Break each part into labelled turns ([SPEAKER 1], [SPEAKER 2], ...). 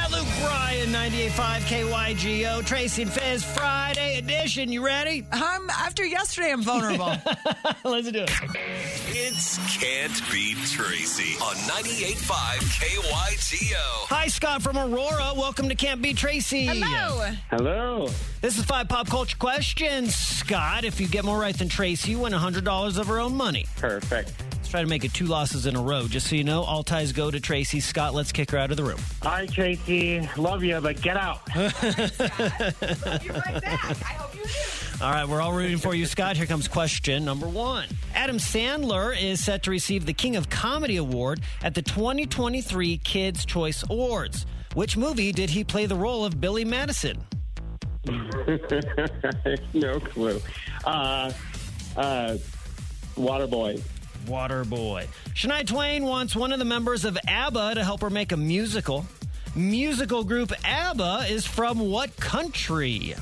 [SPEAKER 1] Ryan 98.5 KYGO, Tracy and Fez Friday edition. You ready?
[SPEAKER 2] I'm after yesterday. I'm vulnerable.
[SPEAKER 1] Let's do it.
[SPEAKER 3] It's Can't Beat Tracy on 98.5 KYTO.
[SPEAKER 1] Hi, Scott from Aurora. Welcome to Can't Be Tracy.
[SPEAKER 2] Hello.
[SPEAKER 4] Hello.
[SPEAKER 1] This is five pop culture questions. Scott, if you get more right than Tracy, you win $100 of her own money.
[SPEAKER 4] Perfect.
[SPEAKER 1] Let's try to make it two losses in a row. Just so you know, all ties go to Tracy. Scott, let's kick her out of the room.
[SPEAKER 4] Hi, Tracy. Love you, but get out.
[SPEAKER 5] You're right back. I hope you do.
[SPEAKER 1] All right, we're all rooting for you, Scott. Here comes question number one. Adam Sandler is set to receive the King of Comedy Award at the 2023 Kids' Choice Awards. Which movie did he play the role of Billy Madison?
[SPEAKER 4] no clue. Uh, uh, Waterboy.
[SPEAKER 1] Waterboy. Shania Twain wants one of the members of ABBA to help her make a musical. Musical group ABBA is from what country?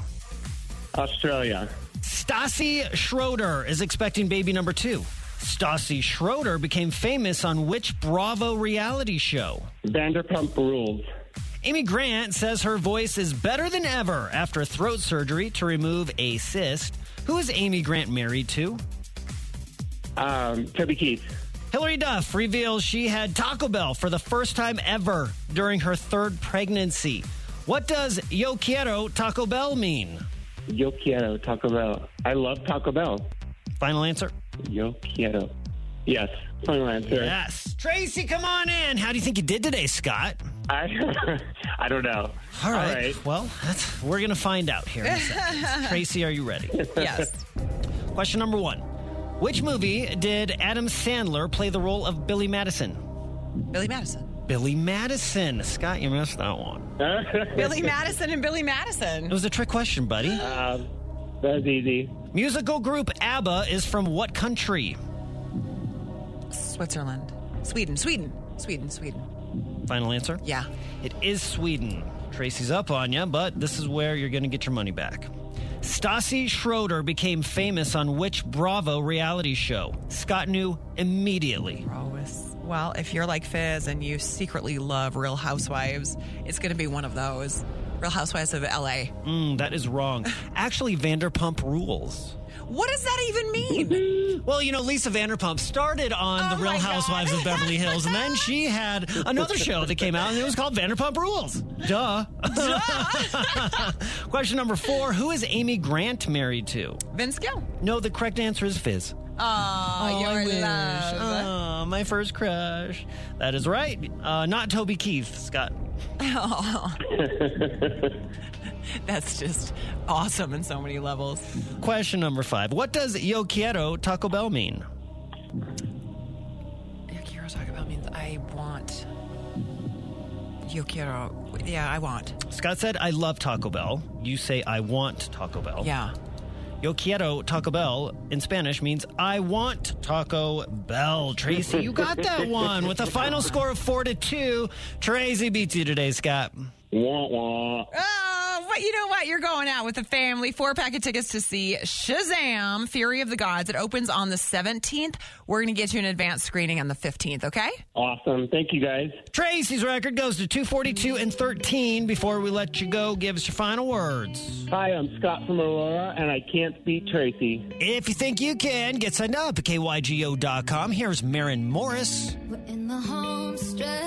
[SPEAKER 4] Australia.
[SPEAKER 1] Stassi Schroeder is expecting baby number two. Stassi Schroeder became famous on which Bravo reality show?
[SPEAKER 4] Vanderpump Rules.
[SPEAKER 1] Amy Grant says her voice is better than ever after throat surgery to remove a cyst. Who is Amy Grant married to?
[SPEAKER 4] Um, Toby Keith.
[SPEAKER 1] Hillary Duff reveals she had Taco Bell for the first time ever during her third pregnancy. What does Yo Quiero Taco Bell mean?
[SPEAKER 4] Yo quiero Taco Bell. I love Taco Bell.
[SPEAKER 1] Final answer?
[SPEAKER 4] Yo quiero. Yes. Final answer.
[SPEAKER 1] Yes. Tracy, come on in. How do you think you did today, Scott?
[SPEAKER 4] I, I don't know.
[SPEAKER 1] All right. Well, that's, we're going to find out here in a second. Tracy, are you ready?
[SPEAKER 2] Yes.
[SPEAKER 1] Question number one Which movie did Adam Sandler play the role of Billy Madison?
[SPEAKER 2] Billy Madison.
[SPEAKER 1] Billy Madison. Scott, you missed that one.
[SPEAKER 2] Billy Madison and Billy
[SPEAKER 1] It
[SPEAKER 2] Madison.
[SPEAKER 1] was a trick question, buddy.
[SPEAKER 4] Um, that was easy.
[SPEAKER 1] Musical group ABBA is from what country?
[SPEAKER 2] Switzerland. Sweden. Sweden. Sweden. Sweden.
[SPEAKER 1] Final answer?
[SPEAKER 2] Yeah.
[SPEAKER 1] It is Sweden. Tracy's up on you, but this is where you're going to get your money back. Stassi Schroeder became famous on which Bravo reality show? Scott knew immediately.
[SPEAKER 2] Always. Well, if you're like Fizz and you secretly love Real Housewives, it's going to be one of those. Real Housewives of LA.
[SPEAKER 1] Mm, that is wrong. Actually, Vanderpump Rules.
[SPEAKER 2] What does that even mean?
[SPEAKER 1] Well, you know, Lisa Vanderpump started on
[SPEAKER 2] Oh
[SPEAKER 1] The Real
[SPEAKER 2] my God.
[SPEAKER 1] Housewives of Beverly Hills, and then she had another show that came out, and it was called Vanderpump Rules. Duh. Question number four Who is Amy Grant married to?
[SPEAKER 2] Vince Gill.
[SPEAKER 1] No, the correct answer is Fizz.
[SPEAKER 2] Oh,
[SPEAKER 1] I
[SPEAKER 2] your
[SPEAKER 1] wish.
[SPEAKER 2] love.
[SPEAKER 1] Oh, my first crush. That is right. Uh, not Toby Keith, Scott.
[SPEAKER 2] That's just awesome in so many levels.
[SPEAKER 1] Question number five. What does Yo Quiero Taco Bell mean?
[SPEAKER 2] Yokiro talk about means I want. Yokiro. Yeah, I want.
[SPEAKER 1] Scott said, I love Taco Bell. You say, I want Taco Bell.
[SPEAKER 2] Yeah.
[SPEAKER 1] Yo quiero Taco Bell in Spanish means I want Taco Bell. Tracy, you got that one with a final score of four to two. Tracy beats you today, Scott.
[SPEAKER 4] Wah, wah.
[SPEAKER 2] Oh, what you know what? You're going out with the family. Four pack of tickets to see Shazam, Fury of the Gods. It opens on the 17th. We're going to get you an advanced screening on the 15th, okay?
[SPEAKER 4] Awesome. Thank you, guys.
[SPEAKER 1] Tracy's record goes to 242 and 13. Before we let you go, give us your final words.
[SPEAKER 4] Hi, I'm Scott from Aurora, and I can't beat Tracy.
[SPEAKER 1] If you think you can, get signed up at kygo.com. Here's Marin Morris.
[SPEAKER 6] We're in the home stretch.